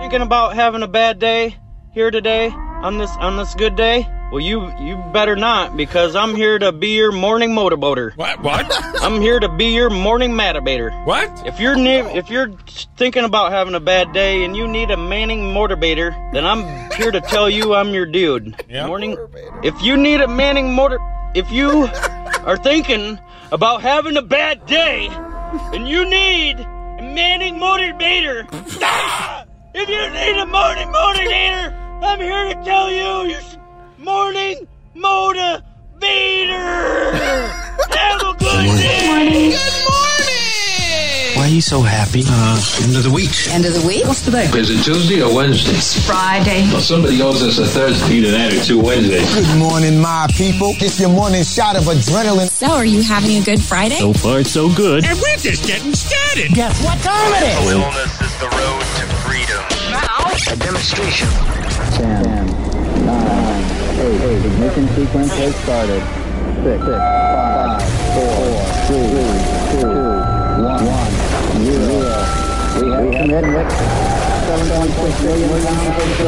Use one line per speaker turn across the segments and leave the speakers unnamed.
thinking about having a bad day here today on this on this good day? Well, you you better not because I'm here to be your morning motivator.
What? What?
I'm here to be your morning motivator.
what?
If you're ne- if you're thinking about having a bad day and you need a manning motivator, then I'm here to tell you I'm your dude.
Yeah.
Morning. If you need a manning motor, if you are thinking about having a bad day and you need a manning motivator, if you need a morning motivator, I'm here to tell you you should morning motivator. Have a good day.
Why are you so happy? Uh, end of the week.
End of the week? What's today?
Is it Tuesday or Wednesday?
Friday.
Well, somebody owes us a Thursday. Either that or two Wednesdays.
Good morning, my people. It's your morning shot of adrenaline.
So, are you having a good Friday?
far, so good.
And we're just getting started.
Guess what time it is?
Illness is the road to freedom. Here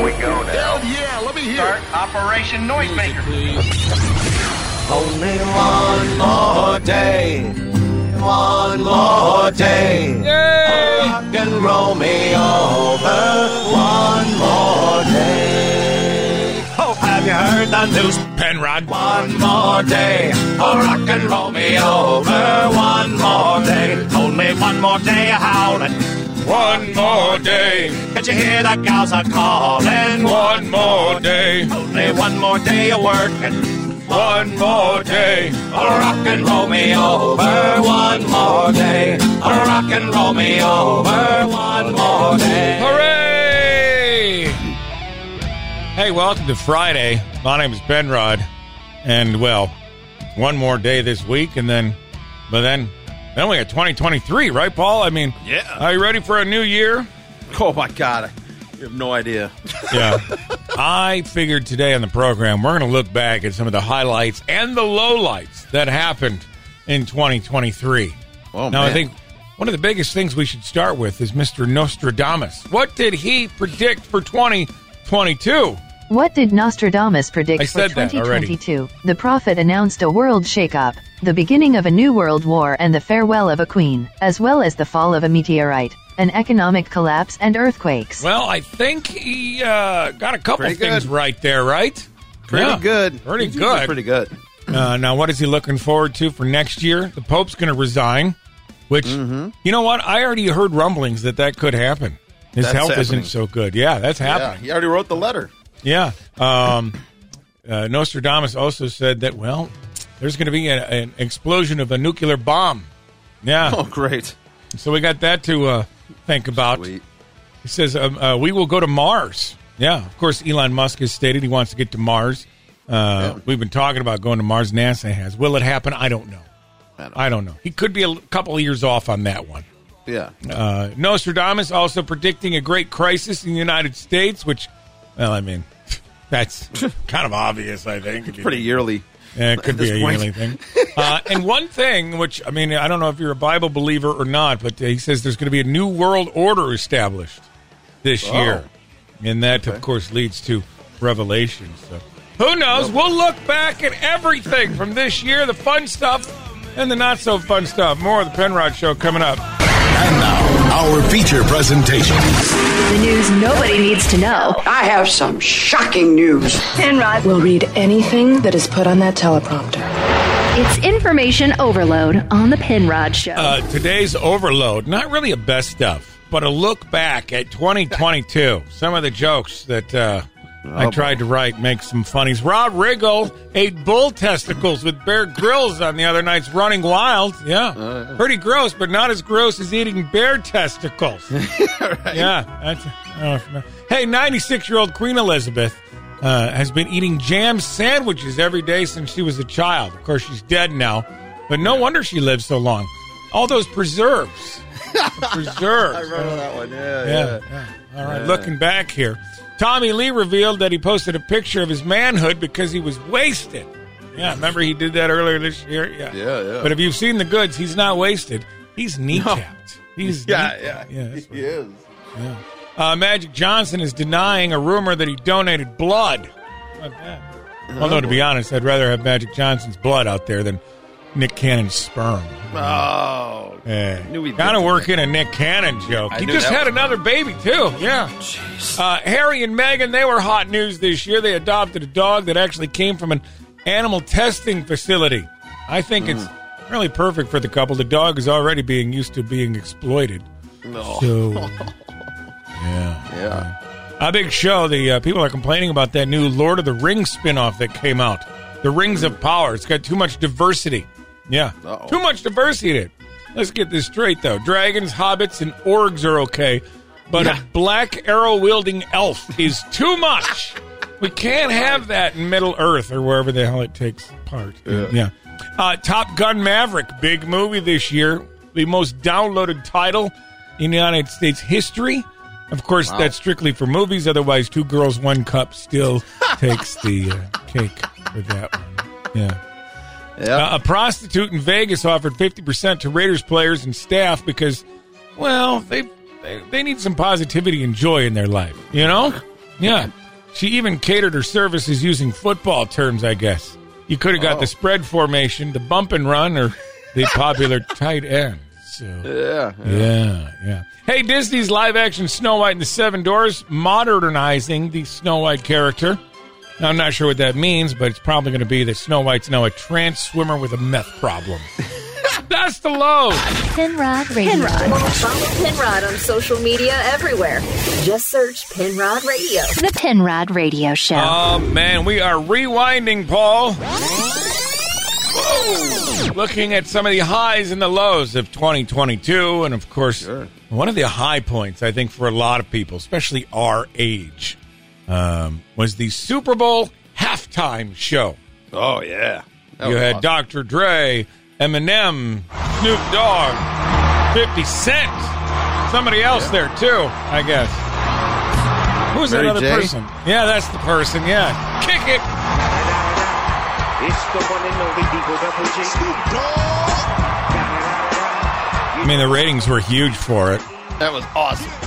we go now.
Yeah, let me hear.
Start Operation Noisemaker.
Only one more day. One more day. Rock and roll me over. One more day. Oh, have you heard the news?
Penrod.
One more day. Oh, rock and roll me over. One more day. Only one more day of howling.
One more day.
Can't you hear the gals are calling?
One more day.
Only one more day of working.
One more day.
Oh, rock and roll me over one more day. Oh, rock and roll me over one more day.
Hooray! Hey, welcome to Friday. My name is Benrod, and well, one more day this week, and then, but then, then we got 2023, right, Paul? I mean,
Yeah.
Are you ready for a new year?
Oh my god, you have no idea.
Yeah. I figured today on the program we're going to look back at some of the highlights and the lowlights that happened in 2023.
Oh,
now I
man.
think one of the biggest things we should start with is Mr. Nostradamus. What did he predict for 2022?
What did Nostradamus predict
I
for
said that already.
2022? The prophet announced a world shakeup, the beginning of a new world war, and the farewell of a queen, as well as the fall of a meteorite, an economic collapse, and earthquakes.
Well, I think he uh, got a couple
Pretty good.
things right there, right?
Pretty
Yeah.
good.
Pretty
These
good.
are Pretty good.
Uh, now, what is he looking forward to for next year? The Pope's going to resign, which
Mm-hmm.
you know what? I already heard rumblings that that could happen. His
That's
health isn't
happening.
so good. Yeah, that's
Yeah,
happening.
he already wrote the letter.
Yeah. Um, uh, Nostradamus also said that well, there's going to be a, an explosion of a nuclear bomb. Yeah.
Oh, great.
So we got that to uh, think about.
Sweet.
He says, um, uh, We will go to Mars. Yeah, of course, Elon Musk has stated he wants to get to Mars. Uh, We've been talking about going to Mars. NASA has. Will it happen? I don't know. I don't, know. He could be a l- couple of years off on that one.
Yeah.
Uh, Nostradamus also predicting a great crisis in the United States, which, well, I mean, that's kind of obvious, I think. if you-
Pretty yearly.
yeah, Eh, it could be
this
a
point.
yearly thing. Uh, and one thing, which I mean, I don't know if you're a Bible believer or not, but he says there's going to be a new world order established this year, and that of course leads to Revelation. So, who knows? We'll look back at everything from this year, the fun stuff and the not so fun stuff. More of the Penrod Show coming up.
And now, our feature presentation.
the news nobody needs to know. Uh,
I have some shocking news.
Penrod.
We'll read anything that is put on that teleprompter.
It's information overload on the Penrod Show.
Uh, today's overload, not really a best stuff, but a look back at 2022. Some of the jokes that uh, I tried to write make some funnies. Rob Riggle ate bull testicles with Bear Grylls on the other night's Running Wild. Yeah, pretty gross, but not as gross as eating bear testicles. Yeah. That's, I don't know if you know. hey, 96 year old Queen Elizabeth uh, has been eating jam sandwiches every day since she was a child. Of course, she's dead now, but no wonder she lived so long. All those preserves. The preserves.
I remember that one. Yeah.
yeah,
Yeah.
yeah. All right. Looking back here, Tommy Lee revealed that he posted a picture of his manhood because he was wasted. Yeah, remember he did that earlier this year? Yeah.
Yeah, yeah.
But if you've seen the goods, he's not wasted. He's kneecapped. He's
Yeah.
kneecapped.
Yeah.
yeah that's
He is.
Uh, Magic Johnson is denying a rumor that he donated blood. Although, to be honest, I'd rather have Magic Johnson's blood out there than Nick Cannon's sperm.
Oh.
Yeah.
Knew he'd
Gotta
get to
work in a Nick Cannon joke.
I
he
knew
just
that
had
was
another baby, too. Yeah. Uh, Harry and Meghan, they were hot news this year. They adopted a dog that actually came from an animal testing facility. I think it's really perfect for the couple. The dog is already being used to being exploited.
No.
So, yeah.
Yeah.
A big show. The uh, people are complaining about that new Lord of the Rings spinoff that came out. The Rings of Power. It's got too much diversity. Yeah. Too much diversity in it. Let's get this straight, though. Dragons, hobbits, and orgs are okay, but a black arrow wielding elf is too much. We can't have that in Middle Earth or wherever the hell it takes part. Yeah. Uh, Top Gun Maverick, big movie this year. The most downloaded title in the United States history. Of course,
Wow.
that's strictly for movies. Otherwise, Two Girls, One Cup still takes the uh, cake for that one. Yeah. Uh, a prostitute in Vegas offered 50% to Raiders players and staff because, well, they, they they need some positivity and joy in their life, you know? Yeah. She even catered her services using football terms, I guess. You could have got
Oh.
the spread formation, the bump and run, or the popular tight end. So.
Yeah.
Yeah, yeah. Hey, Disney's live action Snow White and the Seven Doors modernizing the Snow White character. Now, I'm not sure what that means, but it's probably going to be that Snow White's now a trans swimmer with a meth problem. That's the low.
Penrod Radio.
Follow Penrod on social media everywhere. Just search Penrod Radio.
The Penrod Radio Show.
Oh, man, we are rewinding, Paul. Looking at some of the highs and the lows of 2022, and of course, one of the high points, I think, for a lot of people, especially our age, um, was the Super Bowl halftime show.
Oh, yeah. That
you
was
had
awesome.
Dr. Dre, Eminem, Snoop Dogg, 50 Cent, somebody else there too, I guess. Who's that
Mary
other
J?
person? Yeah, that's the person. Yeah, kick it. I mean, the ratings were huge for it.
That was awesome.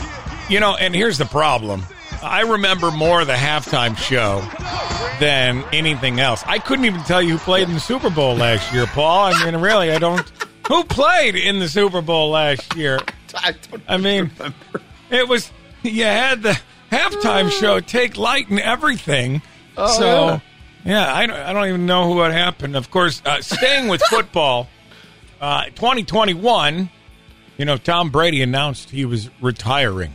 You know, and here's the problem. I remember more of the halftime show than anything else. I couldn't even tell you who played in the Super Bowl last year, Paul. I mean, really, I don't. Who played in the Super Bowl last year?
I don't
I mean, it was you had the halftime show, take light and everything.
Oh,
so, yeah, I don't, I don't even know what happened. Of course, uh, staying with football, uh, 2021. You know, Tom Brady announced he was retiring.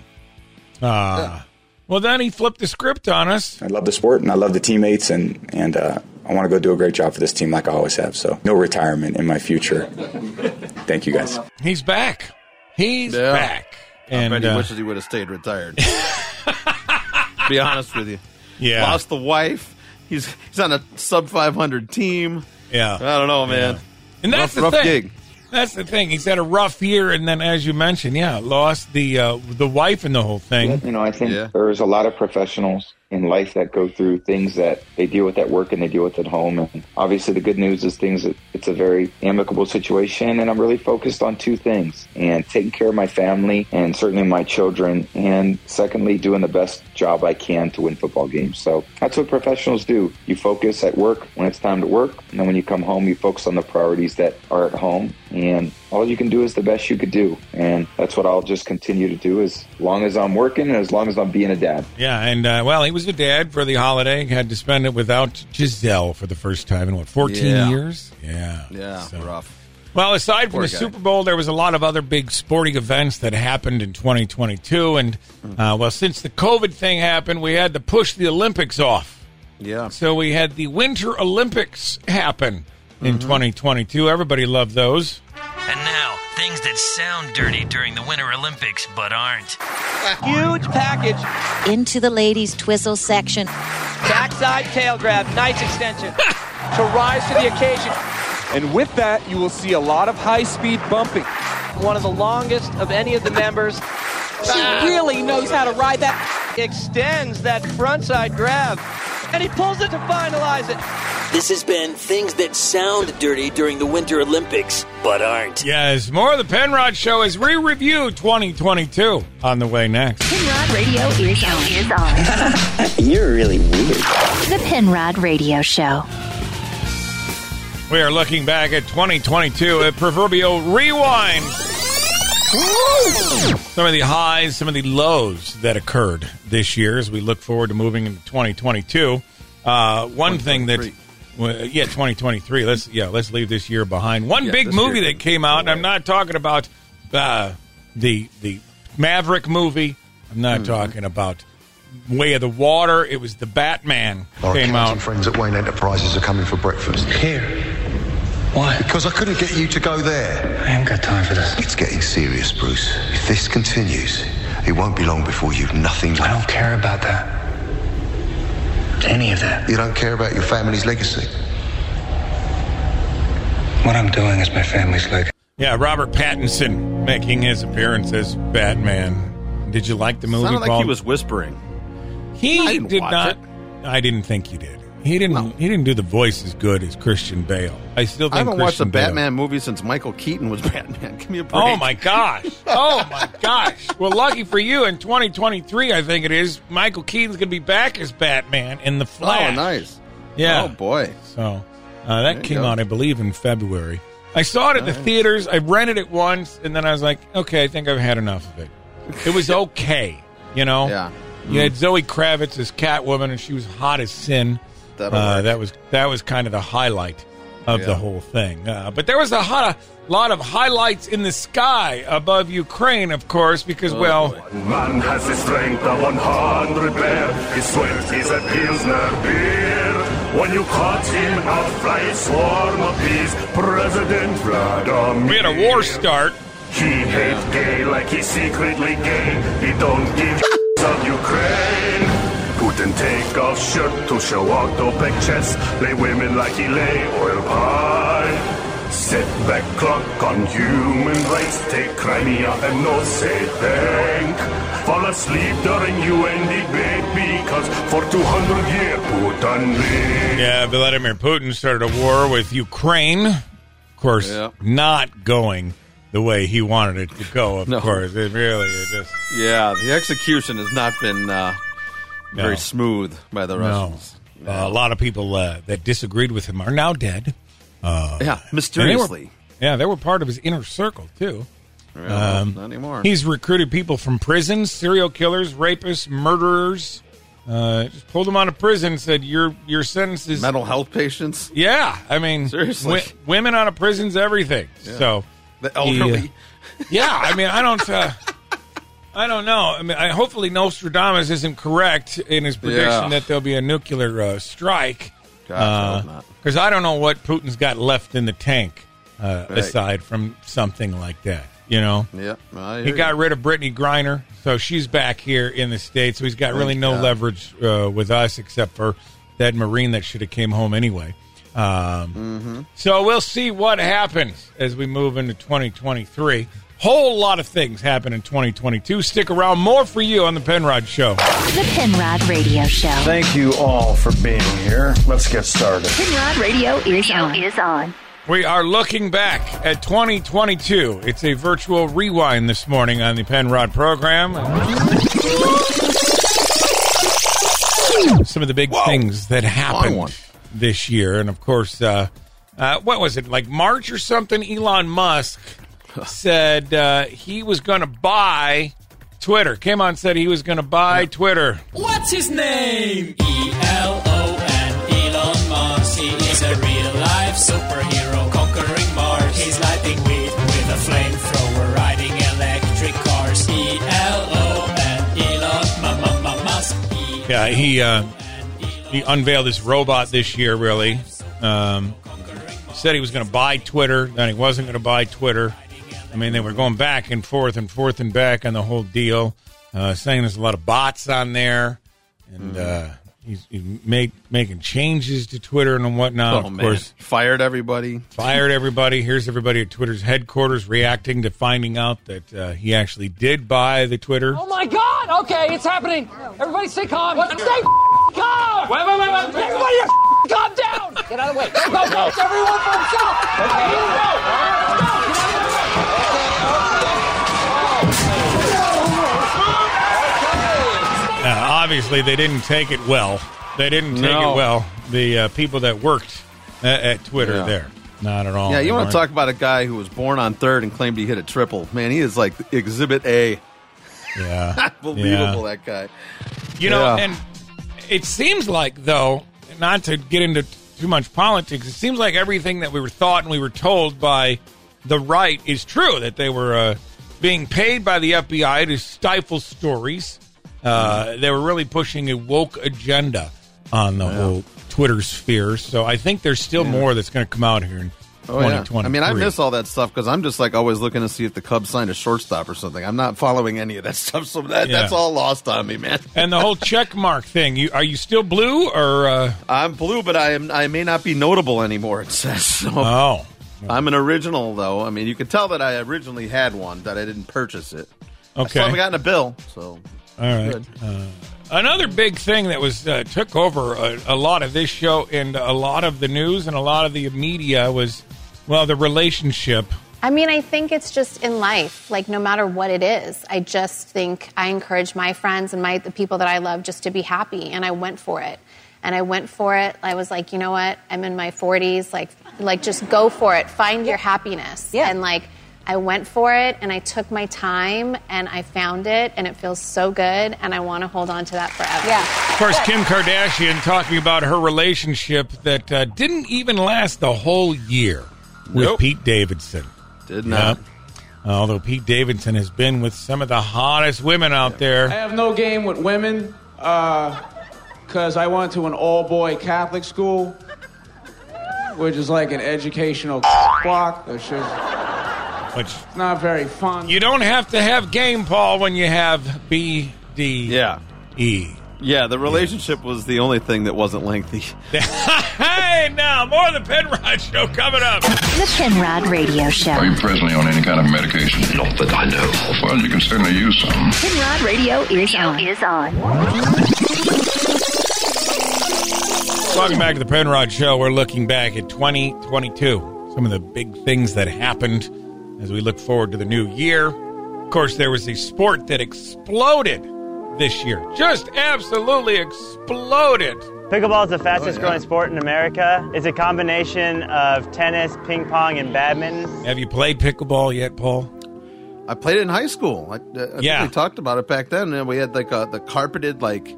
Uh, well, then he flipped the script on us.
I love the sport and I love the teammates and and uh, I want to go do a great job for this team like I always have. So no retirement in my future. Thank you guys.
He's back. He's
Yeah.
back.
I bet
And
he
uh,
wishes he would have stayed retired. be honest with you.
Yeah.
Lost the wife. He's he's on a sub 500 team.
Yeah.
I don't know, man.
And that's
rough,
the
rough
thing.
gig.
That's the thing. He's had a rough year, and then, as you mentioned, yeah, lost the uh, the wife and the whole thing.
You know, I think there's a lot of professionals in life that go through things that they deal with at work and they deal with at home. And obviously, the good news is things that it's a very amicable situation. And I'm really focused on two things and taking care of my family and certainly my children. And secondly, doing the best job I can to win football games. So that's what professionals do. You focus at work when it's time to work. And then when you come home, you focus on the priorities that are at home. And all you can do is the best you could do. And that's what I'll just continue to do as long as I'm working and as long as I'm being a dad.
Yeah, and uh, well, he was a dad for the holiday. Had to spend it without Giselle for the first time in what fourteen
Yeah.
years. Yeah,
Yeah, rough.
Well, aside from
Poor
the
guy.
Super Bowl, there was a lot of other big sporting events that happened in 2022, and
Hmm.
uh, well, since the COVID thing happened, we had to push the Olympics off.
Yeah.
So we had the Winter Olympics happen in
Mm-hmm.
2022. Everybody loved those.
And now, things that sound dirty during the Winter Olympics but aren't.
Huge package. Into the ladies' twizzle section.
Backside tail grab, nice extension. to rise to the occasion.
And with that, you will see a lot of high speed bumping.
One of the longest of any of the members. She really knows how to ride that. Extends that frontside grab. And he pulls it to finalize it.
This has been Things That Sound Dirty During the Winter Olympics, but aren't.
Yes, more of the Penrod Show is re review 2022 on the way next.
Penrod Radio is on. Is on.
You're really weird.
the Penrod Radio Show.
We are looking back at 2022, a proverbial rewind. Some of the highs, some of the lows that occurred this year as we look forward to moving into 2022. Uh, one thing that, well, yeah, 2023. Let's yeah, let's leave this year behind. One
Yeah,
big
this
movie
year.
that came out. And I'm not talking about uh, the the Maverick movie. I'm
Hmm.
not talking about Way of the Water. It was the Batman
Our
came
accounts
out.
and friends at Wayne Enterprises are coming for breakfast. Here. Why? Because I couldn't get you to go there. I haven't got time for this. It's getting serious, Bruce. If this continues, it won't be long before you've nothing left. I don't care about that. Any of that. You don't care about your family's legacy. What I'm doing is my family's legacy.
Yeah, Robert Pattinson making his appearance as Batman. Did you like the movie?
Sounded like
Paul?
he was whispering.
He
I didn't
did
watch
not.
it.
I didn't think he did. He didn't. He didn't do the voice as good as Christian Bale. I still. Think
I haven't watched a
Christian Bale-
Batman movie since Michael Keaton was Batman. Give me a break.
Oh my gosh! Oh my gosh! Well, lucky for you, in 2023, I think it is Michael Keaton's going to be back as Batman in the Flash.
Oh, nice.
Yeah.
Oh boy.
So uh,
There
that
you
came
go.
out, I believe, in February. I saw it at the
Nice.
theaters. I rented it once, and then I was like, okay, I think I've had enough of it. It was okay, you know. Yeah. You
Mm.
had Zoe Kravitz as Catwoman, and she was hot as sin.
That'll
Uh,
work.
that was that was kind of the highlight of the
Yeah.
whole thing. Uh, but there was a hot, lot of highlights in the sky above Ukraine, of course, because
Oh,
well,
Man has the strength of 100 bear. His sweat is a Pilsner beer. When you caught him out, fly a swarm of bees. President Vladimir.
We had a war start.
He hates gay like he's secretly gay. He don't give of Ukraine. Putin take off shirt to show out opaque chest. Lay women like he lay oil pie. Set back clock on human rights. Take Crimea and no say thank. Fall asleep during UN debate because for 200 years Putin lived.
Yeah, Vladimir Putin started a war with Ukraine. Of course, not going the way he wanted it to go. Of course, it really it just
Yeah, the execution has not been uh,
No.
very smooth by the Russians.
No. Uh, a lot of people uh, that disagreed with him are now dead. Uh,
Yeah,
and they were-
mysteriously.
yeah, they were part of his inner circle too.
Yeah, not anymore. Um,
He's recruited people from prisons, serial killers, rapists, murderers. Uh, just pulled them out of prison. Said your your sentence is
Mental health patients.
Yeah, I mean,
Seriously.
wi- women out of prison's everything.
Yeah.
So
The elderly.
Yeah, yeah, I mean, I don't. Uh, I don't know. I mean, I, hopefully Nostradamus isn't correct in his prediction
Yeah.
that there'll be a nuclear uh, strike.
Gosh,
Uh,
I hope not.
Because I don't know what Putin's got left in the tank uh,
Right.
aside from something like that. You know,
Yeah, I hear
he
you.
got rid of Brittany Griner, so she's back here in the states. So he's got really
Thank
no
God.
leverage uh, with us except for that Marine that should have came home anyway. Um,
Mm-hmm.
So we'll see what happens as we move into 2023. Whole lot of things happen in 2022. Stick around, more for you on the Penrod Show.
The Penrod Radio Show.
Thank you all for being here. Let's get started.
Penrod Radio is on. Is on.
We are looking back at 2022. It's a virtual rewind this morning on the Penrod program. Some of the big things that happened this year, and of course, uh, uh, what was it like March or something? Elon Musk said uh, he was going to buy Twitter. Came on, said he was going to buy Twitter.
What's his name? E L O N Elon Musk. He is a real life superhero conquering Mars. He's lighting weed with a flamethrower, riding electric cars. E L O N Elon mu- mu- mu- Musk. E-
Yeah, he uh, he unveiled this robot this year. Really, um, said he was going to buy Twitter, then he wasn't going to buy Twitter. I mean, they were going back and forth and forth and back on the whole deal, uh, saying there's a lot of bots on there, and
Hmm.
uh, he's he made making changes to Twitter and whatnot.
Oh,
of
man.
course,
fired everybody.
fired everybody. Here's everybody at Twitter's headquarters reacting to finding out that uh, he actually did buy the Twitter.
Oh my God! Okay, it's happening. Everybody, stay calm. What? Stay f- calm. Wait, wait, wait, wait. Everybody, f-
calm down! Get out of the way. Go, go, go. It's everyone for himself. Okay. Here we go. Let's go. Get out of the way.
Now, Uh, obviously, they didn't take it well. They didn't take
No.
it well. The uh, people that worked at, at Twitter
Yeah.
there, not at all.
yeah, you want
Right.
to talk about a guy who was born on third and claimed he hit a triple. Man, he is like Exhibit A.
Yeah.
Unbelievable,
Yeah.
that guy.
You know,
Yeah.
and it seems like though, not to get into too much politics, it seems like everything that we were thought and we were told by the right is true. That they were uh, being paid by the FBI to stifle stories. Uh, they were really pushing a woke agenda on the whole Twitter sphere. So I think there's still
Yeah.
more that's going to come out here in
Oh, yeah.
2020.
I mean, I miss all that stuff because I'm just like always looking to see if the Cubs signed a shortstop or something. I'm not following any of that stuff, so that,
Yeah.
that's all lost on me, man.
and the whole check mark thing. You are you still blue or uh...
I'm blue, but I am I may not be notable anymore. It says so.
Oh,
I'm an original though. I mean, you can tell that I originally had one that I didn't purchase it. I
Okay.
still haven't gotten a bill, so
All right.
Good.
Uh, another big thing that was uh, took over a, a lot of this show and a lot of the news and a lot of the media was, well, the relationship.
I mean, I think it's just in life, like no matter what it is, I just think I encourage my friends and my the people that I love just to be happy, and I went for it. And I went for it. I was like, you know what? I'm in my 40s. Like, like just go for it. Find your happiness. Yeah. And like, I went for it, and I took my time, and I found it, and it feels so good, and I want to hold on to that forever. Yeah.
Of course, Kim Kardashian talking about her relationship that uh, didn't even last the whole year with
Nope.
Pete Davidson.
Did not.
Yep. Although Pete Davidson has been with some of the hottest women out there.
I have no game with women
Uh,
because I went to an all boy Catholic school, which is like an educational block. That's just
Which
it's not very fun.
you don't have to have game, Paul, when you have B D.
Yeah.
E.
Yeah, the relationship was the only thing that wasn't lengthy.
hey, now more of the Penrod Show coming up.
The Penrod Radio Show.
Are you presently on any kind of medication? Not that I know of. Well, you can certainly use some.
Penrod Radio is on. Is on.
Welcome back to the Penrod Show. We're looking back at 2022, some of the big things that happened as we look forward to the new year. Of course, there was a sport that exploded this year, just absolutely exploded.
Pickleball is the fastest growing sport in America. It's a combination of tennis, ping pong, and badminton.
Have you played pickleball yet, Paul?
I played it in high school. I, I think
Yeah.
we talked about it back then. And we had like a, the carpeted like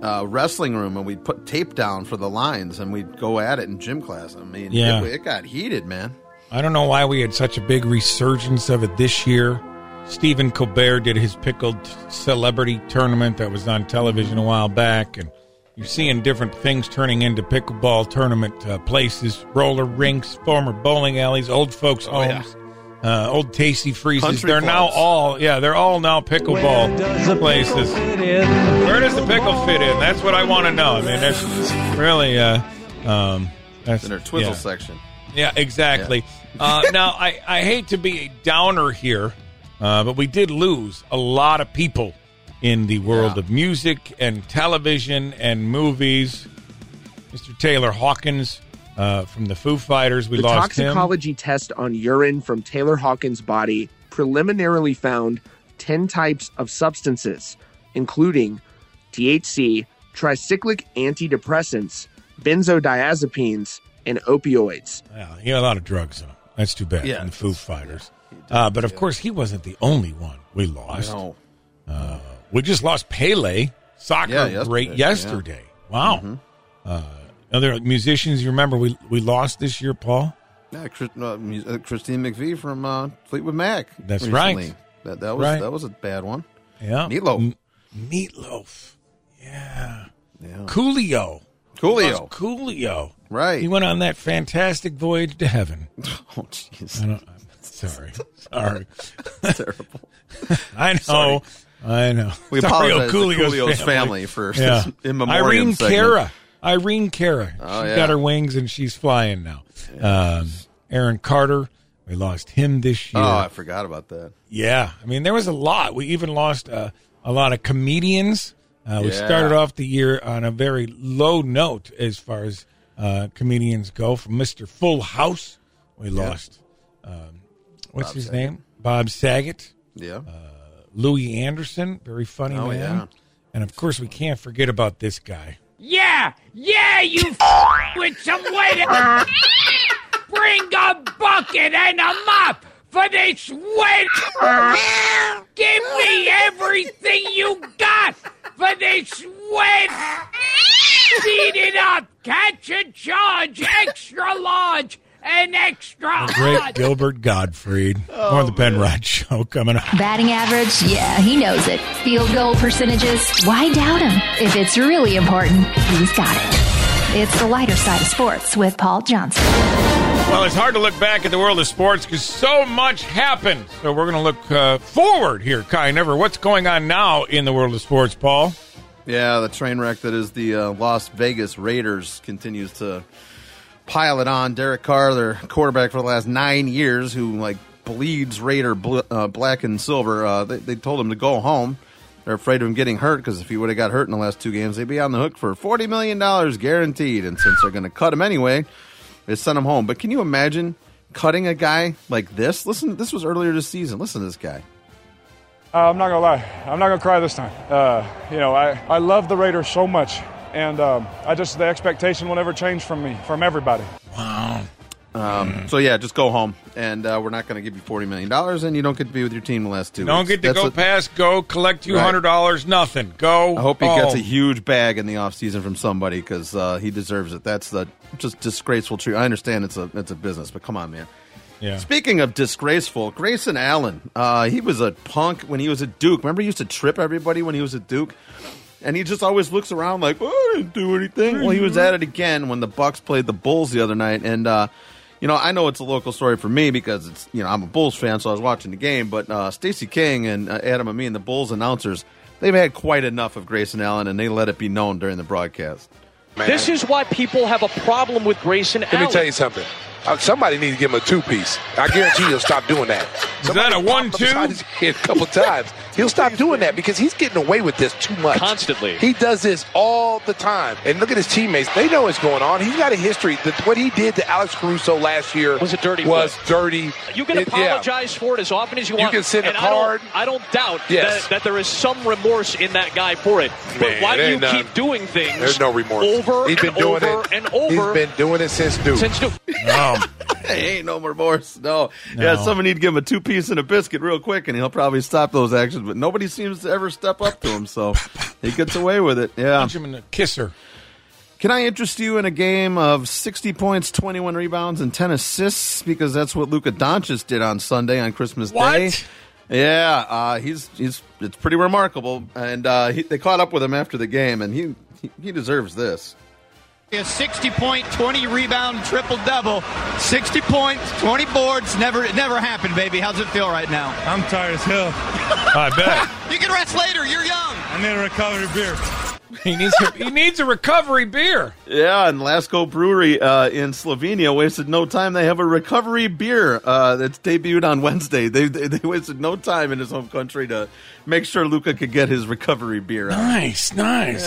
uh, wrestling room, and we'd put tape down for the lines, and we'd go at it in gym class. I mean,
Yeah.
it, it got heated, man.
I don't know why we had such a big resurgence of it this year. Stephen Colbert did his pickled celebrity tournament that was on television a while back, and you're seeing different things turning into pickleball tournament uh, places, roller rinks, former bowling alleys, old folks' homes, uh, old tasty freezes.
Oh, Country
they're now
clubs.
all yeah, they're all now pickleball places. Where does the pickle fit in? That's what I want to know. I mean, that's really uh, um, that's
In our twizzle
yeah.
section.
Yeah, exactly. uh, now, I, I hate to be a downer here, uh, but we did lose a lot of people in the world of music and television and movies. Mr. Taylor Hawkins uh, from the Foo Fighters, we
the
lost him.
toxicology test on urine from Taylor Hawkins' body preliminarily found 10 types of substances, including THC, tricyclic antidepressants, benzodiazepines, and opioids.
Yeah, he had a lot of drugs on him. That's too bad.
Yeah.
in the Foo Fighters. Uh, but of course, he wasn't the only one we lost.
No.
Uh, we just lost Pele, soccer
Yeah, yesterday,
great,
yeah. Mm-hmm.
yesterday. Wow. Uh, other musicians you remember we we lost this year, Paul?
Yeah, Chris, uh, mu- uh, Christine McVie from uh, Fleetwood Mac.
That's
recently.
right.
That, that was
Right.
that was a bad one.
Yeah.
Meatloaf.
meatloaf. Yeah. Coolio.
Coolio.
Lost Coolio.
Right.
He went on that fantastic voyage to heaven.
Oh jeez.
I don't- I'm Sorry. Sorry.
terrible.
I know.
Sorry.
I know.
We
Sorry, oh,
apologize to
Coolio's,
Coolio's family for
yeah.
this in memoriam
Irene
segment.
Cara. Irene Cara.
Oh,
she's
yeah.
got her wings and she's flying now. Um, Aaron Carter. We lost him this year.
Oh, I forgot about that.
Yeah, I mean there was a lot. We even lost uh, a lot of comedians. Uh, we
Yeah.
started off the year on a very low note as far as uh, comedians go from Mr. Full House. We lost. Um, what's
Bob
his
Saget.
name? Bob Saget.
Yeah.
Louis Anderson, very funny
Oh,
man.
yeah.
And of course, we can't forget about this guy.
Yeah, yeah, you f- with some waiter. Bring a bucket and a mop for this waiter. Give me everything you got for this waiter. Beat it up, catch a charge, extra large and extra
The great
hot.
Gilbert Gottfried. More of
Oh,
the Penrod Show coming up.
Batting average? Yeah, he knows it. Field goal percentages? Why doubt him? If it's really important, he's got it. It's the lighter side of sports with Paul Johnson.
Well, it's hard to look back at the world of sports because so much happened. So we're going to look uh, forward here, kind of. or What's going on now in the world of sports, Paul?
Yeah, the train wreck that is the uh, Las Vegas Raiders continues to pile it on. Derek Carr, their quarterback for the last nine years, who like bleeds Raider bl- uh, black and silver. Uh, they, they told him to go home. They're afraid of him getting hurt because if he would have got hurt in the last two games, they'd be on the hook for forty million dollars guaranteed. And since they're going to cut him anyway, they sent him home. But can you imagine cutting a guy like this? Listen, this was earlier this season. Listen to this guy.
Uh, I'm not gonna lie. I'm not gonna cry this time. Uh, you know, I, I love the Raiders so much, and um, I just the expectation will never change from me, from everybody.
Wow. Um,
Mm.
so yeah, just go home, and uh, we're not going to give you forty million dollars, and you don't get to be with your team the last two.
Don't
weeks.
get to
That's
go
what-
past, go collect
Right.
$200, nothing. Go.
I hope he gets
home.
a huge bag in the offseason from somebody because uh, he deserves it. That's the just disgraceful treat. I understand it's a it's a business, but come on, man.
Yeah.
Speaking of disgraceful, Grayson Allen, uh, he was a punk when he was at Duke. Remember, he used to trip everybody when he was at Duke, and he just always looks around like, "Oh, I didn't do anything." Well, he was at it again when the Bucks played the Bulls the other night, and uh, you know, I know it's a local story for me because it's you know I'm a Bulls fan, so I was watching the game. But uh, Stacey King and uh, Adam and me and the Bulls announcers, they've had quite enough of Grayson Allen, and they let it be known during the broadcast.
This is why people have a problem with Grayson Allen.
Let me tell you something. Uh, somebody needs to give him a two piece. I guarantee he'll stop doing that. Somebody that a one two? A couple times. He'll stop doing that because he's getting away with this too much.
Constantly.
He does this all the time. And look at his teammates. They know what's going on. He's got a history. That what he did to Alex Caruso last year was a
dirty
Was
play.
dirty.
You can
It- yeah.
apologize for it as often as you
You
want.
can send a
and I don't-
card.
I don't, doubt
Yes.
that, that there is some remorse in that guy for it. But
Man,
why do
there
you
ain't none.
keep doing things?
There's no remorse.
Over
He's been
and
doing
over
it.
and over.
He's been doing it since Duke.
Since Duke.
Oh,
ain't no remorse. No. Yeah, somebody need to give him a two piece and a biscuit real quick, and he'll probably stop those actions. But nobody seems to ever step up to him, so he gets away with it. Yeah, punch
him in the kisser.
Can I interest you in a game of 60 points, 21 rebounds, and 10 assists? Because that's what Luka Doncic did on Sunday on Christmas Day. Yeah, uh, he's he's it's pretty remarkable, and uh, he, they caught up with him after the game, and he he, he deserves this.
A 60 point, 20 rebound triple double. 60 points, 20 boards. Never, it never happened, baby. How's it feel right now? I'm tired as hell.
I bet.
You can rest later. You're young. I need a recovery beer.
He needs a, he needs a recovery beer.
Yeah, and Lasco Brewery uh, in Slovenia wasted no time. They have a recovery beer uh, that's debuted on Wednesday. They, they they wasted no time in his home country to make sure Luca could get his recovery beer. Out.
Nice, nice.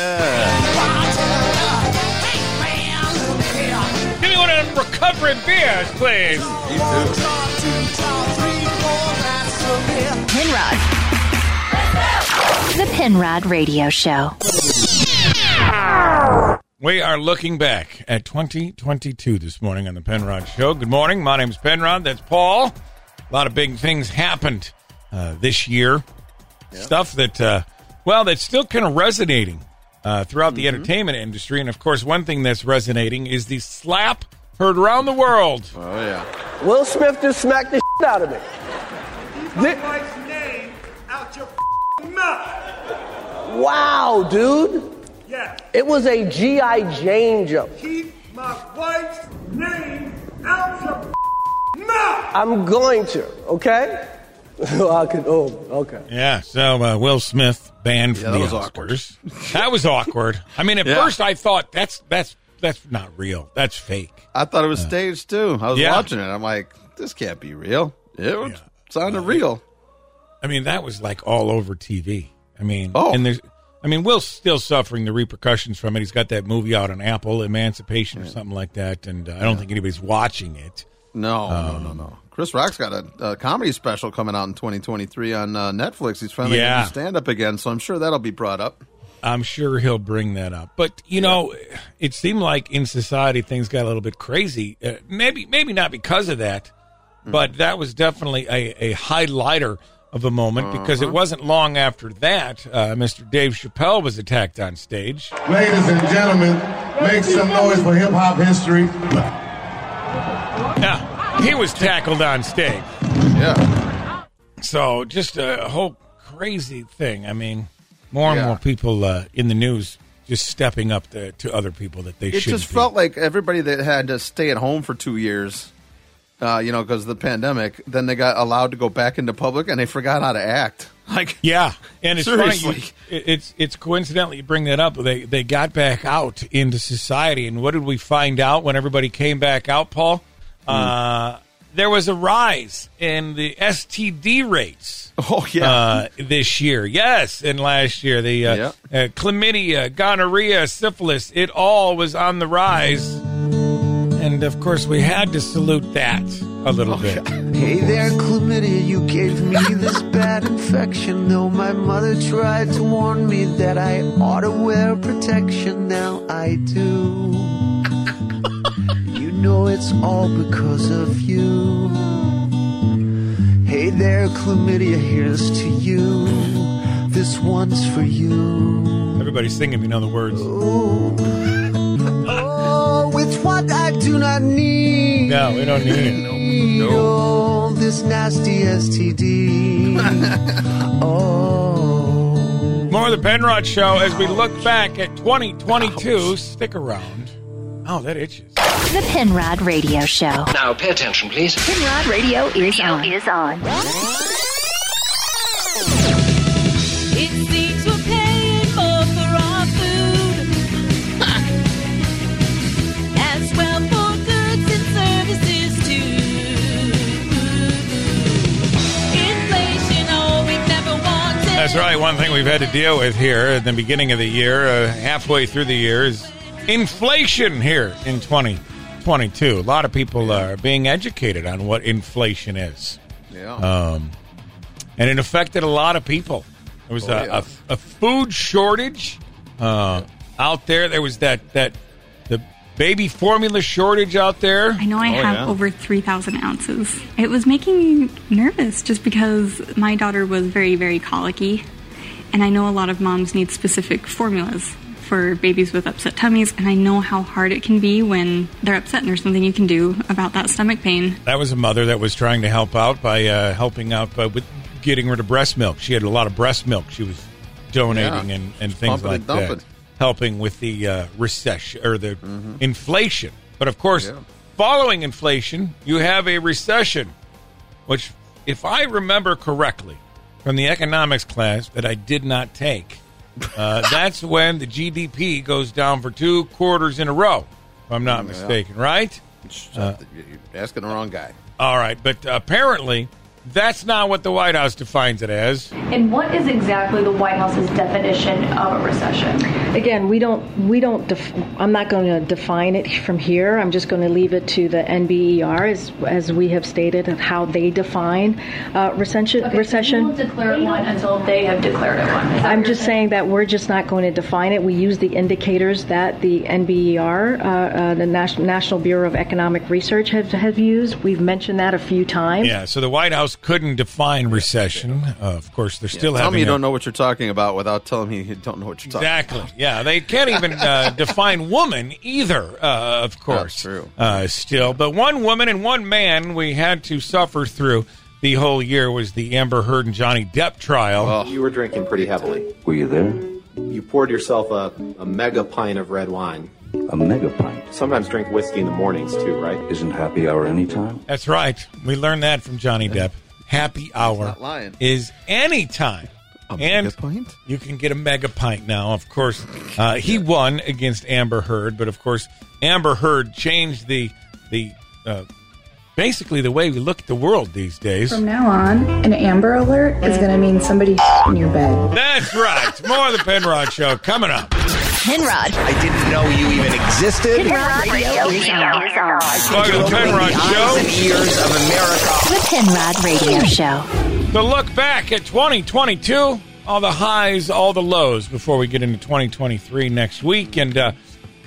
Give me one of them recovery beers, please.
Penrod. The Penrod Radio Show.
We are looking back at 2022 this morning on the Penrod Show. Good morning. My name's Penrod. That's Paul. A lot of big things happened uh, this year. Stuff that, uh, well, that's still kind of resonating uh, throughout the entertainment industry. And of course, one thing that's resonating is the slap heard around the world.
Oh, yeah.
Will Smith just smacked the shit out of me.
My wife's name out your mouth.
Wow, dude.
Yeah.
It was a G.I. Jane jump.
Keep my wife's name out your
I'm going to, okay? I could, oh, okay.
Yeah, so uh, Will Smith banned from
that
the
was
Oscars. that was awkward. I mean, at
Yeah.
first I thought that's that's that's not real. That's fake.
I thought it was staged too. I was
yeah.
watching it. I'm like, this can't be real. It was- sounded real.
I mean, that was like all over TV. I mean,
Oh.
and there's I mean, Will's still suffering the repercussions from it. He's got that movie out on Apple, Emancipation or something like that, and uh, I don't think anybody's watching it.
No, Oh, no, no, no. Chris Rock's got a, a comedy special coming out in 2023 on uh, Netflix. He's finally
Yeah.
going to stand up again, so I'm sure that'll be brought up.
I'm sure he'll bring that up. But you know, it seemed like in society things got a little bit crazy. Uh, maybe maybe not because of that,
Hmm.
but that was definitely a, a highlighter of a moment because it
Uh-huh.
wasn't long after that uh, Mr. Dave Chappelle was attacked on stage.
Ladies and gentlemen, make some noise for hip hop history.
Yeah, he was tackled on stage.
Yeah.
So just a whole crazy thing. I mean, more and
Yeah.
more people uh, in the news just stepping up to, to other people that they
It
should.
just felt like everybody that had to stay at home for two years, uh, you know, because of the pandemic, then they got allowed to go back into public and they forgot how to act. Like,
yeah, and it's funny,
Seriously.
you- it- it's it's coincidentally you bring that up. They they got back out into society, and what did we find out when everybody came back out, Paul?
Hmm.
Uh, there was a rise in the STD rates.
Oh yeah,
uh, this year, yes, and last year the uh, uh, chlamydia, gonorrhea, syphilis, it all was on the rise, and of course we had to salute that a
Oh,
little bit.
Hey there, chlamydia, you gave me this bad infection. Though my mother tried to warn me that I ought to wear protection, now I do. You know it's all because of you. Hey there, chlamydia, here's to you. This one's for you.
Everybody sing if you know the words.
Oh, it's what I do not need.
No, we don't need it.
Nope. All this nasty STD.
More of the Penrod Show as we look back at 2022. Stick around. Oh, that itches.
The Penrod Radio Show.
Now pay attention, please.
Penrod Radio is on. Is on.
It seems we're paying more for our food. As well for goods and services too. Inflation, oh, we've never wanted.
That's right. One thing we've had to deal with here at the beginning of the year, uh, halfway through the year, is inflation here in 2022. A lot of people are being educated on what inflation is.
Yeah.
Um, and it affected a lot of people. There was
Oh,
a,
yeah.
a, a food shortage uh, out there. There was that, that the baby formula shortage out there.
I know I have over 3,000 ounces. It was making me nervous just because my daughter was very, very colicky. And I know a lot of moms need specific formulas for babies with upset tummies. And I know how hard it can be when they're upset and there's nothing you can do about that stomach pain.
That was a mother that was trying to help out by uh, helping out by, with getting rid of breast milk. She had a lot of breast milk she was donating
Yeah.
and, and
Just
things
pumping
like
and
that,
dumping. Mm-hmm.
helping with the uh, recession or the inflation. But of course, following inflation, you have a recession, which, if I remember correctly from the economics class that I did not take, uh, that's when the GDP goes down for two quarters in a row, if I'm not
Yeah.
mistaken, right? Uh,
You're asking the wrong guy.
all right, but apparently that's not what the White House defines it as.
And what is exactly the White House's definition of a recession?
Again, we don't, we don't, def- I'm not going to define it from here. I'm just going to leave it to the NBER as, as we have stated of how they define uh, recession. recession.
They won't declare one until they have declared it one. Is that
I'm
what you're
just saying that we're just not going to define it. We use the indicators that the NBER, uh, uh, the Nas- National Bureau of Economic Research, have, have used. We've mentioned that a few times.
Yeah, so the White House couldn't define recession. Uh, of course, they're still
Tell
having
me you
a-
don't know what you're talking about without telling me you don't know what you're talking
Exactly. Yeah, they can't even uh, define woman either. Uh, of course, Uh, still, but one woman and one man we had to suffer through the whole year was the Amber Heard and Johnny Depp trial.
Oh,
You were drinking pretty heavily.
Were you there?
You poured yourself a, a mega pint of red wine.
A mega pint.
Sometimes drink whiskey in the mornings too, right?
Isn't happy hour anytime?
That's right. We learned that from Johnny Depp. Happy hour
not lying.
is any time. and you can get a mega pint now. Of course, uh, he won against Amber Heard, but of course, Amber Heard changed the the uh, basically the way we look at the world these days.
From now on, an Amber Alert is going to mean somebody in your bed.
That's right. More of the Penrod Show coming up.
Penrod. I didn't know you even existed.
Penrod Radio is on.
Welcome to the Penrod Show.
The Penrod Radio Show.
The look back at 2022, all the highs, all the lows before we get into 2023 next week. And, uh,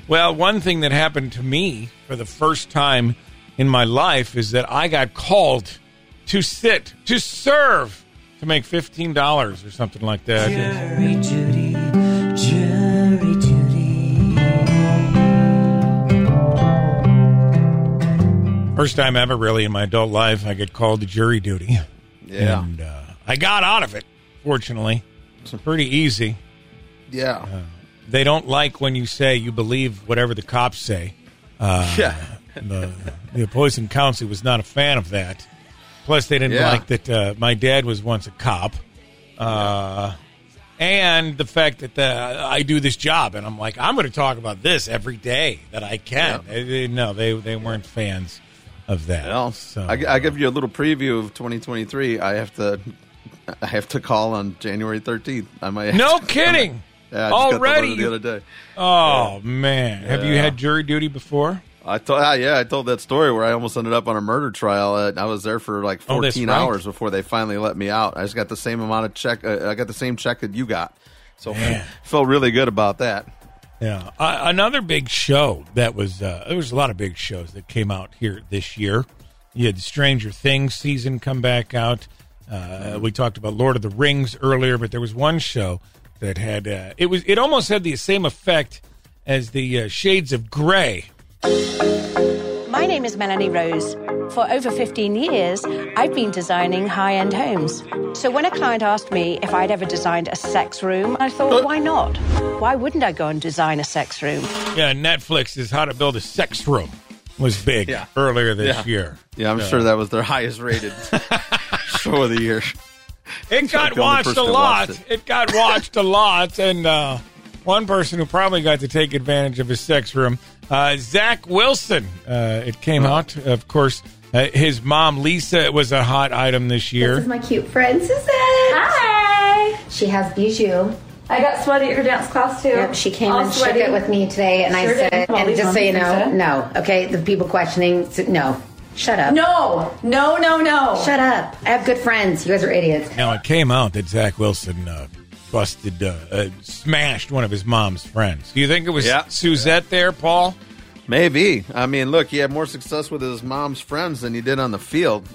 well, one thing that happened to me for the first time in my life is that I got called to sit, to serve, to make $15 or something like that.
Jury duty, jury duty.
First time ever, really, in my adult life, I get called to jury duty.
Yeah.
And uh, I got out of it, fortunately. It's pretty easy.
Yeah.
They don't like when you say you believe whatever the cops say. Uh,
Yeah.
The, the opposing counsel was not a fan of that. Plus, they didn't
Yeah.
like that uh, my dad was once a cop. Uh, And the fact that uh I do this job, and I'm like, I'm going to talk about this every day that I can. They- they- no, they, they weren't fans of that.
Well, I, I
uh,
give you a little preview of 2023. I have to, I have to call on January 13th. I might.
No kidding.
Yeah, I just got the
Already
letter
you-
the other day.
Oh, man. Have you
Yeah.
had jury duty before?
I told, ah, yeah, I told that story where I almost ended up on a murder trial. and I was there for like
Oh, that's
14
right.
hours before they finally let me out. I just got the same amount of check. Uh, I got the same check that you got, so felt really good about that.
Yeah. Uh, another big show that was, uh, there was a lot of big shows that came out here this year. You had Stranger Things season come back out.
Mm-hmm.
Uh, we talked about Lord of the Rings earlier, but there was one show that had, uh, it was, it almost had the same effect as the uh, Shades of Grey.
My name is Melanie Rose. For over 15 years, I've been designing high end homes. So when a client asked me if I'd ever designed a sex room, I thought, why not? Why wouldn't I go and design a sex room?
Yeah. Netflix is How to Build a Sex Room was big earlier this
Yeah.
year.
Yeah, I'm
So-
sure that was their highest rated show of the year.
It
like
got
the only
watched a
person that
lot.
watched
It. got watched a lot, and uh, one person who probably got to take advantage of his sex room, uh, Zach Wilson. Uh, it came out, of course. Uh, his mom Lisa was a hot item this
This is
year.
my cute friend, Suzette. Hi. She has bijou.
I got sweaty at your dance class too.
Yep, she came
All
and shook it with me today, and
Sure
I said,
did.
and just so you know,
Said.
no, okay, the people questioning, s- no, shut up.
No, no, no, no.
Shut up. I have good friends. You guys are idiots.
Now it came out that Zach Wilson uh, busted, uh, uh, smashed one of his mom's friends. Do you think it was Suzette there, Paul?
Maybe. I mean, look, he had more success with his mom's friends than he did on the field.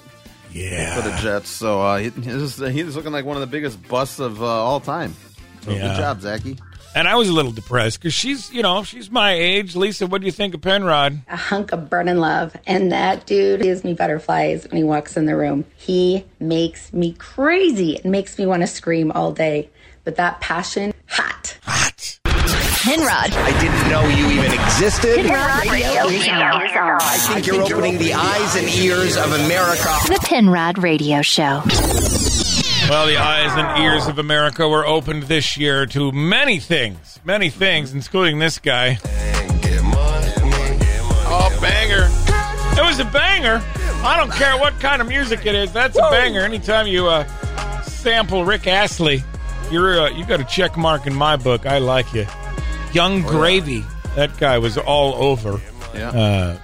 Yeah.
For the Jets. So uh, he, he's, he's looking like one of the biggest busts of uh, all time. So
Yeah.
good job, Zachy.
And I was a little depressed because she's, you know, she's my age. Lisa, what do you think of Penrod?
A hunk of burning love, and that dude gives me butterflies when he walks in the room. He makes me crazy. It makes me want to scream all day. But that passion, hot.
Penrod.
I didn't know you even existed.
Penrod Radio is on.
I think you're opening the eyes and ears of America.
The Penrod Radio Show.
Well, the eyes and ears of America were opened this year to many things, many things, including this guy. Oh, banger. It was a banger. I don't care what kind of music it is. That's a banger. Anytime you uh, sample Rick Astley, you're uh, you got a check mark in my book. I like you. Young Gravy. That guy was all over.
Yeah.
Uh,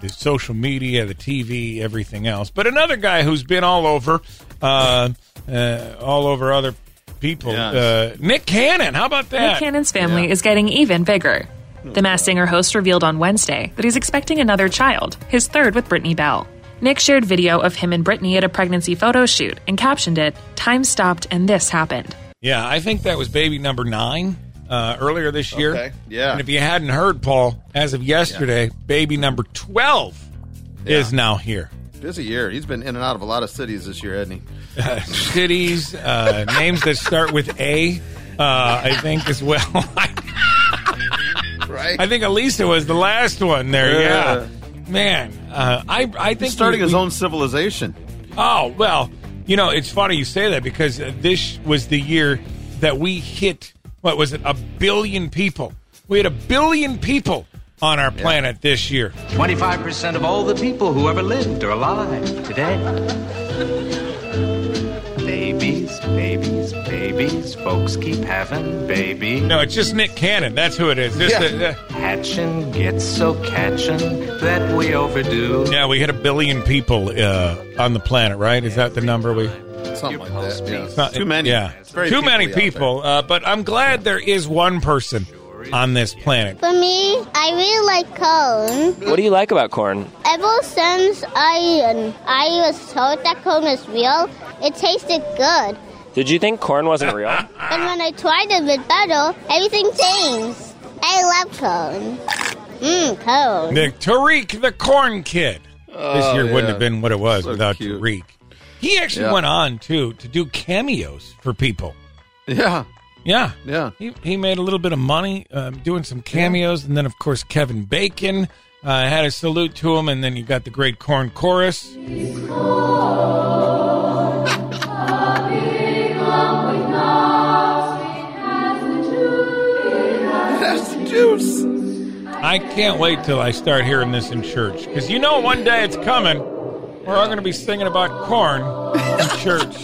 the social media, the TV, everything else. But another guy who's been all over, uh, uh, all over other people. Uh, Nick Cannon. How about that?
Nick Cannon's family is getting even bigger. The Masked Singer host revealed on Wednesday that he's expecting another child, his third with Brittany Bell. Nick shared video of him and Brittany at a pregnancy photo shoot and captioned it, Time stopped and this happened.
Yeah, I think that was baby number nine uh, earlier this year.
Okay, yeah.
And if you hadn't heard, Paul, as of yesterday, baby number 12 is now here.
Busy year. He's been in and out of a lot of cities this year, hasn't
Uh, cities, uh, names that start with A, uh, I think as well.
he? Right?
I think Elisa was the last one there. Yeah.
Yeah.
Man, uh, I, I think.
He's starting
we-
his
we-
own civilization.
Oh, well, you know, it's funny you say that because uh, this was the year that we hit, what was it, a billion people. We had a billion people on our planet this year.
25% of all the people who ever lived are alive today. Babies, babies, babies, folks keep having babies.
No, it's just Nick Cannon. That's who it is. This, uh,
Hatching gets so catching that we overdo.
uh, yeah, we hit a billion people uh, on the planet, right? Is that the number we?
Something like that. Yeah.
It's not-
Too many.
Yeah,
It's
too
very
many
peoply out
people. Uh, but I'm glad there is one person on this planet.
For me, I really like cone. What do you like about corn? Ever since I I was told that cone was real, it tasted good. Did you think corn wasn't real? But when I tried it with butter, everything changed. I love cone. Mmm, cone.
Nick Tariq, the corn kid. this
Oh,
year wouldn't
yeah.
have been what it was without Tariq. He actually
Yeah.
went on too to do cameos for people.
Yeah.
Yeah.
Yeah.
He, he made a little bit of money um, doing some cameos. And then, of course, Kevin Bacon uh, had a salute to him. And then you got the great corn chorus.
That's the juice.
I can't wait till I start hearing this in church because you know one day it's coming. We're all going to be singing about corn in church.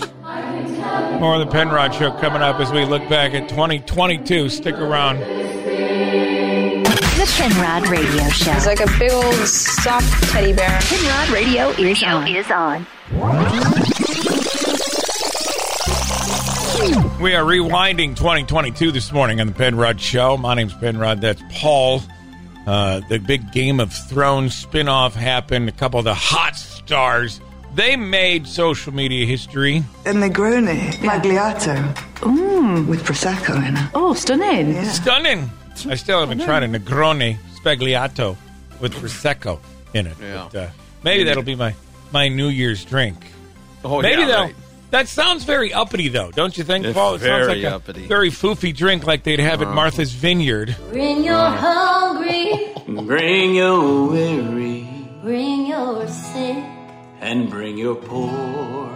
More of the Penrod Show coming up as we look back at 2022. Stick around.
The Penrod Radio Show. It's like a big old soft teddy bear. Penrod Radio is on. Is on.
We are rewinding 2022 this morning on the Penrod Show. My name's Penrod. That's Paul. Uh, the big Game of Thrones spinoff happened. A couple of the hot stars. They made social media history.
A Negroni Magliato. Mmm. With Prosecco in it. Oh, stunning.
Stunning. I still haven't tried a Negroni Spagliato with Prosecco in it. But, uh, maybe that'll be my, my New Year's drink.
Oh,
maybe
yeah,
though.
right.
That sounds very uppity, though, don't you think,
It's
Paul? It sounds
very
like a
uppity. Uh-huh.
very foofy drink like they'd have at Martha's Vineyard.
When you're hungry,
Bring your weary
bring your sin,
and bring your poor.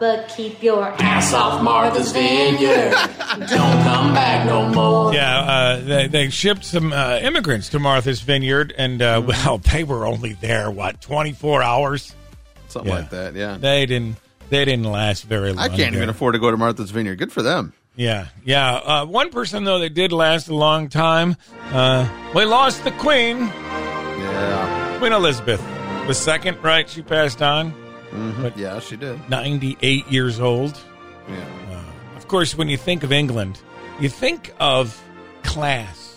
but keep your
Ass off Martha's Vineyard. Don't come back no more.
Yeah, uh, they, they shipped some uh, immigrants to Martha's Vineyard, and
Mm-hmm.
uh, well, they were only there what twenty four hours.
Something like that, yeah.
They didn't. They didn't last very long.
I can't
there.
even afford to go to Martha's Vineyard. Good for them.
Yeah, yeah. Uh, one person though that did last a long time. Uh, we lost the Queen.
Yeah.
Queen Elizabeth the second, right? She passed on. But
yeah, she did.
Ninety eight years old.
Yeah.
Of course, when you think of England, you think of class.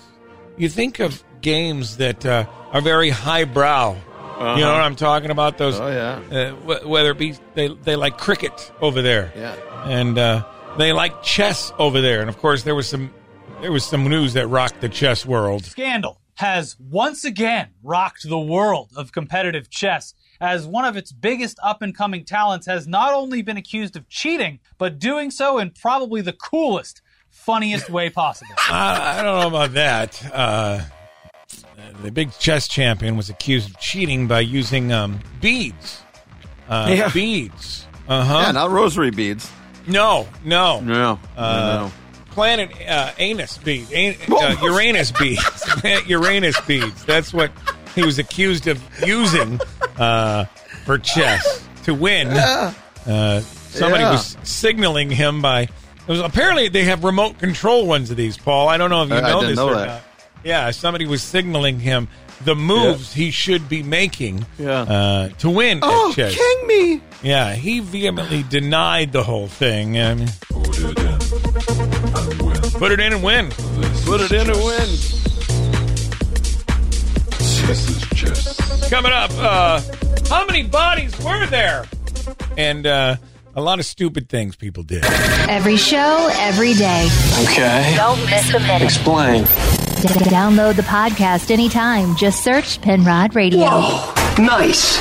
You think of games that uh, are very highbrow. You know what I'm talking about? Those,
Uh-huh. Oh, yeah.
uh, wh- whether it be they they like cricket over there,
Yeah.
and uh, they like chess over there. And of course, there was some there was some news that rocked the chess world.
Scandal has once again rocked the world of competitive chess as one of its biggest up and coming talents has not only been accused of cheating, but doing so in probably the coolest, funniest way possible.
I, I don't know about that. Uh, the big chess champion was accused of cheating by using um, beads. Uh,
Yeah.
Beads. Uh huh.
Yeah, not rosary beads.
No, no.
No.
Uh, Planet uh, anus bead, An- uh, Uranus beads, Planet Uranus beads. That's what he was accused of using uh, for chess to win. Uh, somebody
Yeah.
was signaling him by. It was apparently they have remote control ones of these, Paul. I don't know if you
I- I
know
didn't
this
know
or
that.
not. Yeah, somebody was signaling him the moves he should be making uh, to win
Oh,
at chess.
king me.
Yeah, he vehemently denied the whole thing. I mean, put it in and win. Put it in and win. Coming up, uh, how many bodies were there? And uh, a lot of stupid things people did.
Every show, every day.
Okay.
Don't miss a minute.
Explain.
D- download the podcast anytime. Just search Penrod Radio.
nice.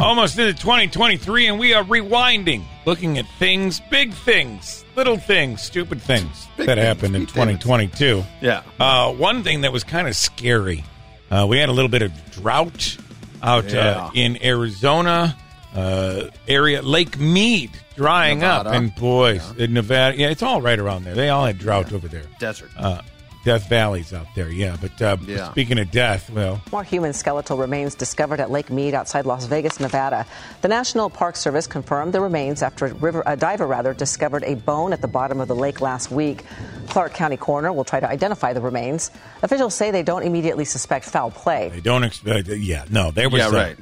Almost into 2023, and we are rewinding, looking at things, big things, little things, stupid things that happened in 2022.
Yeah.
Uh, one thing that was kind of scary uh, we had a little bit of drought out
Yeah.
uh, in Arizona. uh, area, Lake Mead, drying up.
Nevada.
And boys, in Nevada, yeah, it's all right around there. They all had drought over there.
Desert.
Uh, Death Valley's out there, yeah. But uh,
Yeah.
speaking of death, well,
More human skeletal remains discovered at Lake Mead outside Las Vegas, Nevada. The National Park Service confirmed the remains after a, river, a diver rather discovered a bone at the bottom of the lake last week. Clark County coroner will try to identify the remains. Officials say they don't immediately suspect foul play.
they don't expect. Yeah, no, there was
yeah,
some-
right.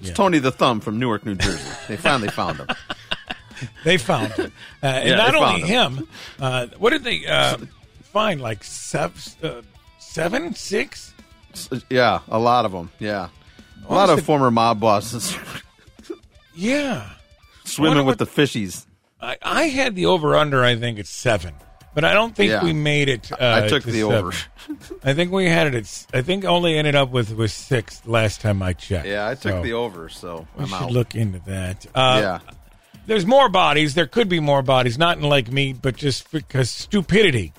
It's
Yeah.
Tony the Thumb from Newark, New Jersey. They finally found him.
They found him, uh, and
Yeah,
not
they
only
found
him. Uh, what did they uh, find? Like sev- uh, seven, six?
Yeah, a lot of them. Yeah, a
What
lot
was
of
the-
former mob bosses
Yeah.
swimming
What-
with the fishies.
I, I had the over under. I think it's seven, but I don't think
Yeah.
we made it. uh,
I- I took
to
the
seven.
over.
I think we had it. At, s- I think only ended up with was six last time I checked.
Yeah, I took
So
the over, so
We
I'm
should
out.
look into that. Uh, yeah. There's more bodies. There could be more bodies, not in Lake Mead, but just because stupidity.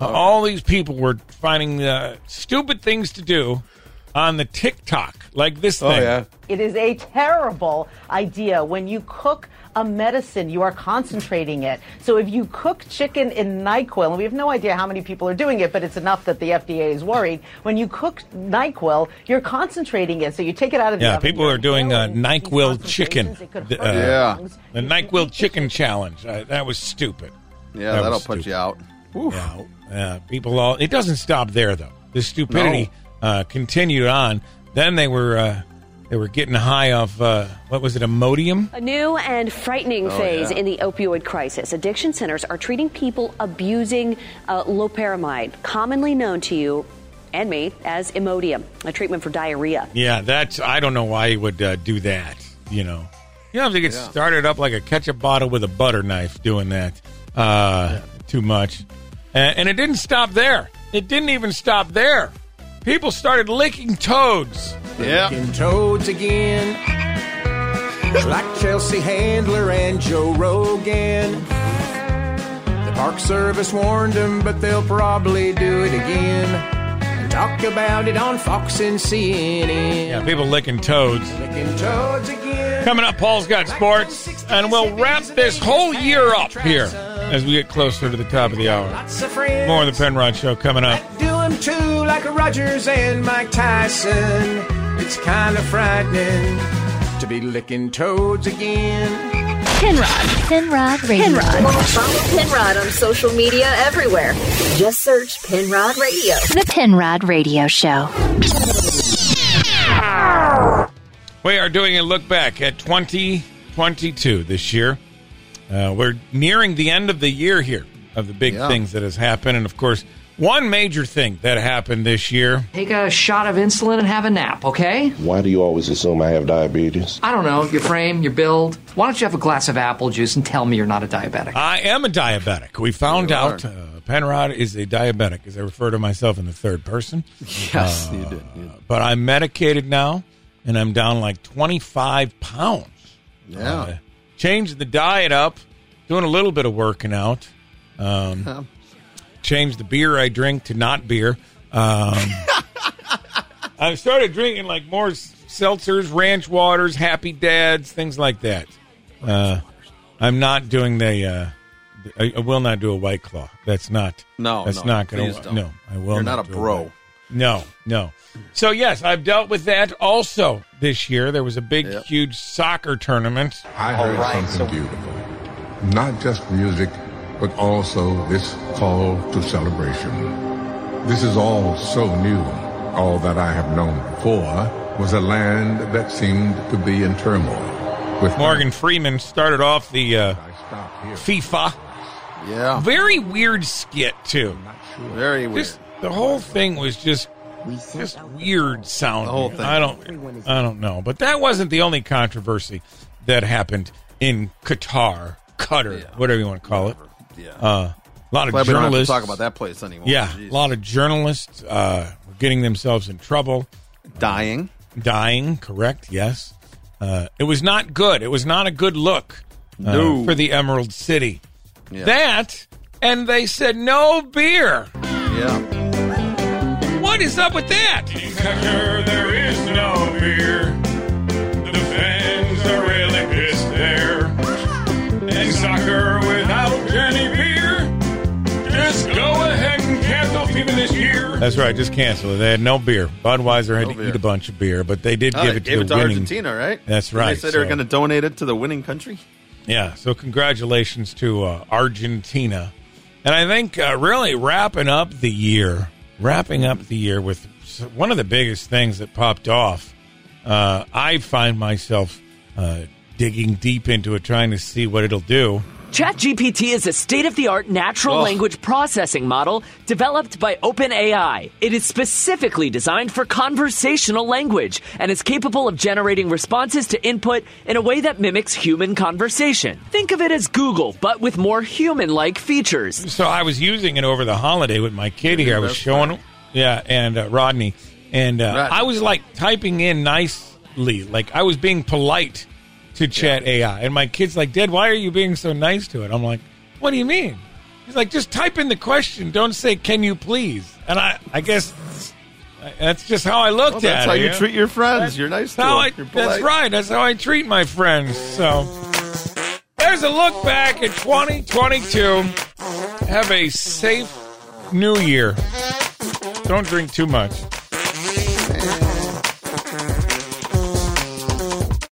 Uh, all these people were finding uh, stupid things to do on the TikTok, like this
Oh,
thing.
yeah. It is a terrible idea. When you cook a medicine, you are concentrating it. So if you cook chicken in NyQuil, and we have no idea how many people are doing it, but it's enough that the FDA is worried. When you cook NyQuil, you're concentrating it. So you take it out of the
Yeah,
oven.
people are doing uh, NyQuil chicken. The, uh,
Yeah.
The NyQuil chicken challenge. Uh, that was stupid. That
Yeah, that'll
was
put
stupid.
you out. Oof.
Yeah, yeah, people all. It doesn't stop there though. The stupidity uh, continued on. Then they were uh, they were getting high off uh, what was it, Imodium?
A new and frightening
Oh,
phase
yeah.
in the opioid crisis. Addiction centers are treating people abusing uh, loperamide, commonly known to you and me as Imodium, a treatment for diarrhea.
Yeah, that's. I don't know why he would uh, do that. You know, you don't have to get
Yeah.
started up like a ketchup bottle with a butter knife doing that. Uh, Too much, and, and it didn't stop there. It didn't even stop there. People started licking toads.
Licking toads again. like Chelsea Handler and Joe Rogan. The Park Service warned them, but they'll probably do it again. And talk about it on Fox and CNN.
Yeah, people licking toads.
Licking toads again.
Coming up, Paul's got sports, and we'll wrap this whole year up here as we get closer to the top of the hour.
Lots of friends.
More of the Penrod Show coming up.
Do 'em too, like Rogers and Mike Tyson. It's kind of frightening to be licking toads again.
Penrod. Penrod Radio.
Penrod. Follow Penrod on social media everywhere. Just search Penrod Radio.
The Penrod Radio Show.
We are doing a look back at 2022 this year. Uh, we're nearing the end of the year here of the big
Yeah.
things that has happened, and of course, one major thing that happened this year.
Take a shot of insulin and have a nap, okay?
Why do you always assume I have diabetes?
I don't know, your frame, your build. Why don't you have a glass of apple juice and tell me you're not a diabetic?
I am a diabetic. We found out uh, Penrod is a diabetic, as I refer to myself in the third person.
Yes, you did. You did.
But I'm medicated now, and I'm down like 25 pounds. Uh,
Yeah.
changed the diet up, doing a little bit of working out. Um, changed the beer I drink to not beer. Um, I started drinking like more s- seltzers, ranch waters, happy dads, things like that. Uh, I'm not doing the. Uh, I, I will not do a white claw. That's not.
No,
that's
no,
not going
please
to.
don't.
No, I will.
You're not a
do
bro.
White- No, no. So yes, I've dealt with that. Also, this year there was a big, huge soccer tournament.
I heard something beautiful. Not just music, but also this call to celebration. This is all so new. All that I have known before was a land that seemed to be in turmoil. With
Morgan Freeman started off the uh, FIFA.
Yeah.
Very weird skit too.
Very weird.
Just, the whole thing was just just weird sounding.
The whole thing.
I don't I don't know, but that wasn't the only controversy that happened in Qatar, Qatar, whatever you want to call it.
Yeah.
Uh, a lot of
Glad we don't have to
journalists
talk about that place anymore.
Yeah,
Jeez.
a lot of journalists uh, were getting themselves in trouble,
dying,
dying. Correct. Yes, uh, it was not good. It was not a good look uh,
No.
for the Emerald City.
Yeah.
That and they said no beer.
Yeah.
What is up with that? there is no beer. The fans are really That's right. Just cancel it. They had no beer. Budweiser had to
beer.
eat a bunch of beer, but they did
Oh,
give
they
it to
gave
the
it to
winning.
Argentina, right?
That's
And
right.
They said they were
so-
going to donate it to the winning country.
Yeah. So congratulations to uh, Argentina, and I think uh, really wrapping up the year, wrapping up the year with s- one of the biggest things that popped off. Uh, I find myself uh, digging deep into it, trying to see what it'll do.
ChatGPT is a state of the art natural
Ugh.
language processing model developed by OpenAI. It is specifically designed for conversational language and is capable of generating responses to input in a way that mimics human conversation. Think of it as Google, but with more human like features.
So I was using it over the holiday with my kid here. I was showing him, yeah, and uh, Rodney, and uh,
Rodney.
I was like typing in nicely, like I was being polite to Chat AI, and my kid's like, "Dad, why are you being so nice to it?" I'm like, "What do you mean?" He's like, "Just type in the question. Don't say can you please." And I, I guess that's just how I looked at
Well,
it.
that's how you
know?
treat your friends. You're
That's
nice to
how
them.
I,
You're
that's
polite.
right. That's how I treat my friends. So there's a look back at 2022. Have a safe new year. Don't drink too much.